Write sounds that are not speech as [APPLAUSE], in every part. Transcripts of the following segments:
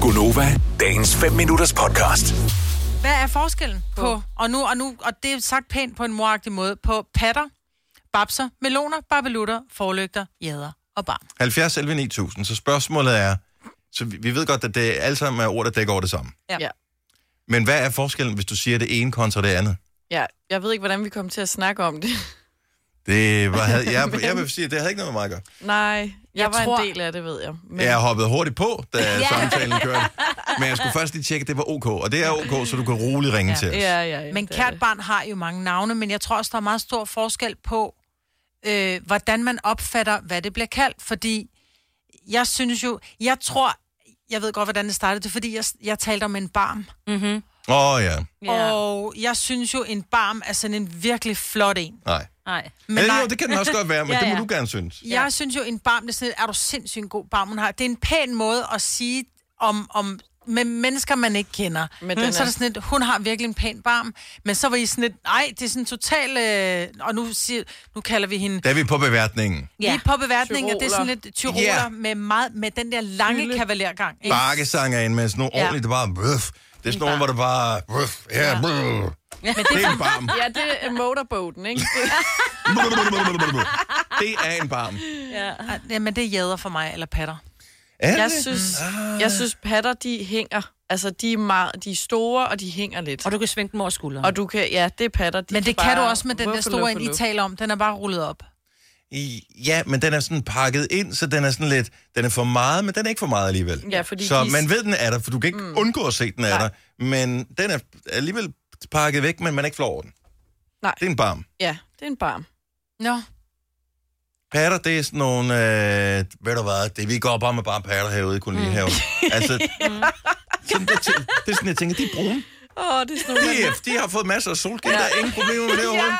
Gunova, dagens 5 minutters podcast. Hvad er forskellen på, på og, nu, og, nu, og det er sagt pænt på en moragtig måde, på patter, babser, meloner, barbelutter, forlygter, jæder og barn. 70 11 9000. Så spørgsmålet er, så vi- vi ved godt, at det alle sammen er ord, der dækker over det samme. Ja. Ja. Men hvad er forskellen, hvis du siger det ene kontra det andet? Ja, jeg ved ikke, hvordan vi kom til at snakke om det. [LAUGHS] Det var, havde, [LAUGHS] jeg, jeg vil sige, at det havde ikke noget med mig at gøre. Nej, jeg, jeg var tror- tror... en del af det, ved jeg. Men... Jeg hoppede hurtigt på, da samtalen kørte. Men jeg skulle først lige tjekke, at det var OK. Og det er OK, så du kan roligt ringe ja. til os. Ja, ja, ja, Men det er kært det. barn har jo mange navne, men jeg tror også, der er meget stor forskel på, øh, hvordan man opfatter, hvad det bliver kaldt. Fordi jeg synes jo, jeg tror, jeg ved godt, hvordan det startede, det er, fordi jeg, jeg talte om en barm. Åh oh, ja, Ja. Og jeg synes jo, en barm er sådan en virkelig flot en. nej. Nej. Men Men nej, jo, det kan den også godt være, men [LAUGHS] ja, Ja, ja. det ja. må du gerne synes. jeg synes jo, en barm, det er sådan, er du sindssygt en god barm, hun har. Det er en pæn måde at sige om, om med mennesker, man ikke kender. Men Men den så er er- det sådan et, hun har virkelig en pæn barm. Men så var I sådan et, nej, det er sådan total... Øh, og nu, siger, nu kalder vi hende... Da er vi på beværtningen. Ja. Ja. Lige på beværtningen, og det er sådan Tyroler. lidt tyroler Ja. yeah. med, meget, med den der lange Lille. kavalergang. ikke? Bakkesanger ind med sådan nogle Ja. ordentligt, det er bare... Bøf. Det er sådan nogle, hvor det bare... Bøf, ja, bøf. Det er en barm. Ja, det er [LAUGHS] motorboaten, ikke? Det- [LAUGHS] Det er en barm. Ej, Jamen, det er jæder for mig, eller patter. Er Jeg det? synes, jeg synes patter, de hænger. Altså, de er, meget, de er store, og de hænger lidt. Og du kan svinge dem over skulderen. Og du kan, ja, det er patter. De Men det kan du bare også med den der vuffe, store, en luffe, I luffe. taler om. Den er bare rullet op. I- Ja, men den er sådan pakket ind, så den er sådan lidt, den er for meget, men den er ikke for meget alligevel. Ja, fordi så de- man ved, den er der, for du kan ikke mm. undgå at se, den er Nej. der. Men den er alligevel pakket væk, men man er ikke flov over den. Nej. Det er en barm. Ja, det er en barm. Nå, Patter, det er sådan nogle, øh, ved du hvad, det, vi går bare med bare patter herude i kolonihaven. Mm. [LAUGHS] Altså, sådan, det, det er sådan, jeg tænker, de er brune. Åh, oh, det er sådan nogle... De, er- de har fået masser af solskin, ja. der er ingen problemer med det overhovedet.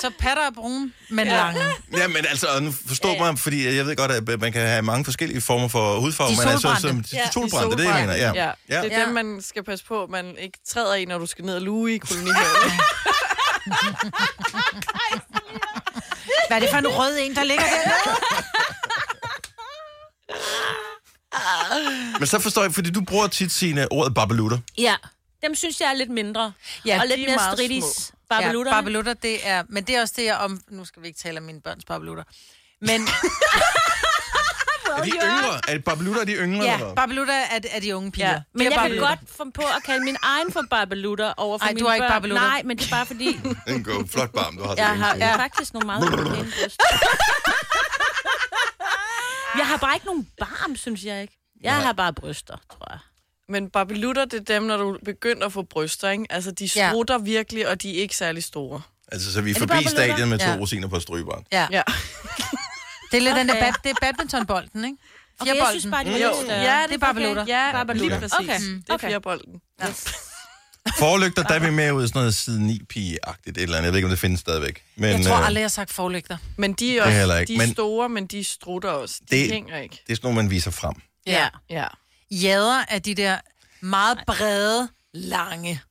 så patter er brune, men ja. lange. Ja, men altså, og nu forstå ja, ja. mig, fordi jeg ved godt, at man kan have mange forskellige former for hudfarve. De men altså, solbrændte. som, de, Ja, ja, de solbrændte, det er det, jeg mener. Ja. Ja. ja, det er Ja. ja. dem, man skal passe på, man ikke træder i, når du skal ned og luge i kolonihaven. [LAUGHS] Hvad er det for en rød en, der ligger der? Men så forstår jeg, fordi du bruger tit sine ordet babelutter. Ja. Dem synes jeg er lidt mindre. Ja, og lidt de er mere meget stridis. Barbelutter. Barbelutter. Ja, barbelutter, det er... Men det er også det, jeg om... Nu skal vi ikke tale om mine børns barbelutter. Men [LAUGHS] Er de yngre? Er barbelutter er de yngre? Ja, eller hvad? barbelutter er, er de unge piger. Ja. Ja. Men Det jeg er kan barbelutter. godt finde på at kalde min egen for barbelutter over for Ej, du mine har ikke børn. barbelutter. Nej, men det er bare fordi, Det er en god, flot barm, du har. til jeg gengæld. har ja. faktisk nogle meget pæne bryster. Jeg har bare ikke nogen barm, synes jeg ikke. Jeg har bare bryster, tror jeg. Men barbelutter, det er dem, når du begynder at få bryster, ikke? Altså, de Ja. strutter ja. virkelig, og de er ikke særlig store. Altså, så vi er det forbi barbelutter? stadion med to Ja. rosiner på et strygebånd. ja. Ja, Det er lidt okay. den der bad, det er badmintonbolden, ikke? Okay, jeg synes bare, de var Jo. lidt større. Ja, det er barbelutter. Ja, barbelutter. lige Lige præcis. præcis. Okay. Det er Okay. fjerbolden. Ja. Forlygter, der er vi med ud i sådan noget side 9 pige-agtigt et eller andet. Jeg ved ikke, om det findes stadigvæk. Men, Jeg tror øh, aldrig, jeg har sagt forlygter. Men de er Det er også heller er ikke, de er men- store, men de strutter også. De Det- det... hænger ikke. det er sådan nogle, man viser frem. Ja. Ja. Jader er de der meget brede, lange.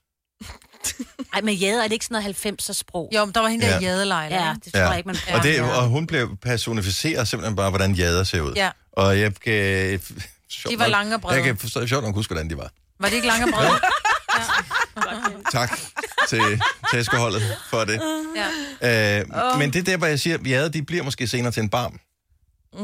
Ej, men jæder er det ikke sådan noget 90'er sprog? Jo, men der var hende der Ja. jadelejle. Ja, Ja. det tror jeg ikke, man og, det, bruger. og hun blev personificeret simpelthen bare, hvordan jader ser ud. Ja. Og jeg kan... sjovt De var nok- lange og brede. Jeg kan forstå, sjovt nok huske, hvordan de var. Var det ikke lange og brede? Tak til tæskeholdet for det. Ja. Øh, Men det er der, hvor jeg siger, at jader, de bliver måske senere til en barm.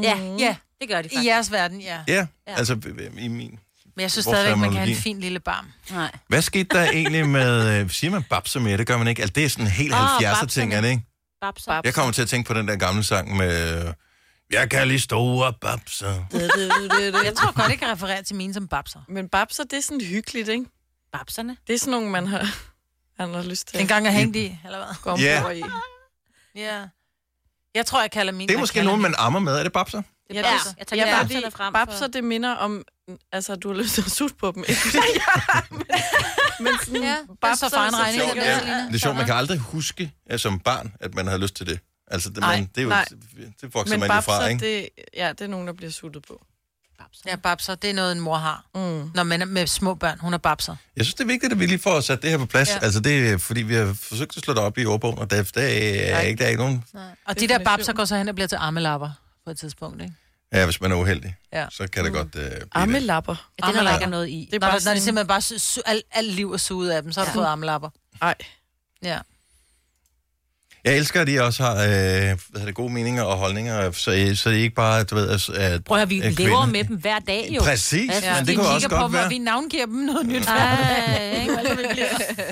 Ja, Ja, det gør de i faktisk. jeres verden, ja. Ja, ja. altså øh, i min... Men jeg synes Hvorfor stadigvæk, er man kan have en monologi? fin lille barm. Nej. Hvad skete der egentlig med... øh, Siger man babser mere? Det gør man ikke. Altså, det er sådan helt Åh, 70'er ting, er babserne. det ikke? Babser. Babser. Jeg kommer til at tænke på den der gamle sang med... øh, Jeg kan lige store babser. Jeg tror godt, jeg kan referere til mine som babser. Men babser, det er sådan hyggeligt, ikke? Babserne. Det er sådan nogle, man har, man har lyst til Den at gang jeg hængte i, eller hvad? gå om Ja. bord i. Ja. Jeg tror, jeg kalder mine... Det er jeg måske kalder nogen, mine- man ammer med. Er det babser? Ja, Ja, det- jeg tager ja, babserne fordi frem for- Babser, det minder om... Altså, du har lyst til at sutte på [LAUGHS] dem, ikke? men, men sådan, Ja, babser, så faren regning. sjovt. Det er Ja, sådan noget. det er sjovt, man kan aldrig huske ja, som barn, at man har lyst til det. Altså, det, Nej, man, det, er jo, nej. det vokser Men man jo fra, babser, ikke? det, ja, det er nogen, der bliver suttet på. Ja, babser, det er noget, en mor har. Mm. Når man er med små børn, hun er babser. Jeg synes, det er vigtigt, at vi lige får sat det her på plads. Ja. Ja. Altså, det er, fordi vi har forsøgt at slå det op i ordbogen, og der, der, er, Nej. ikke, der er ikke nogen... Og de der Definition. babser går så hen og bliver til armelapper på et tidspunkt, ikke? Ja, hvis man er uheldig, Ja. så kan det godt øh, blive det. Ammelapper. Ja, det er der ikke er noget i. Det er bare når, sådan... når det simpelthen bare sy- sy- alt, alt liv er suget af dem, så har ja. du fået armlapper. Nej. Ja. Jeg elsker, at I også har øh, hvad hedder det, gode meninger og holdninger, så I, så I ikke bare, du ved, at... at Prøv at høre, vi at lever kvinder- med dem hver dag jo. Præcis, Ja, ja, men fordi det vi kunne kigger også på godt dem, og være. vi navngiver dem noget nyt. Ja. Ej, ikke?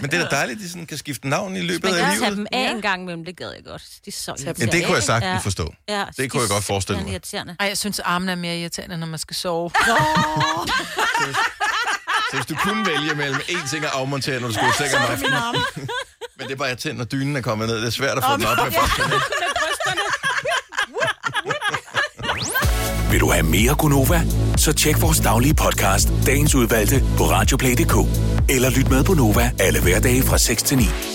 Men det er da dejligt, at de sådan kan skifte navn i løbet Man af kan tage livet. dem af en gang imellem, det gad jeg godt. De er så Ja, det kunne jeg sagtens Ja. forstå. Ja, Det kunne jeg godt forestille mig. Irriterende. Ej, jeg synes, armen er mere irriterende, når man skal sove. Så hvis du kunne vælge mellem én ting at afmontere, når du skulle i seng om aftenen. [LAUGHS] Men det er bare irriterende, når dynen er kommet ned. Det er svært at få den op. med brysterne. Vil du have mere Gunova? Så tjek vores daglige podcast, dagens udvalgte, på radioplay.dk. Eller lyt med på Nova alle hverdage fra 6 til 9.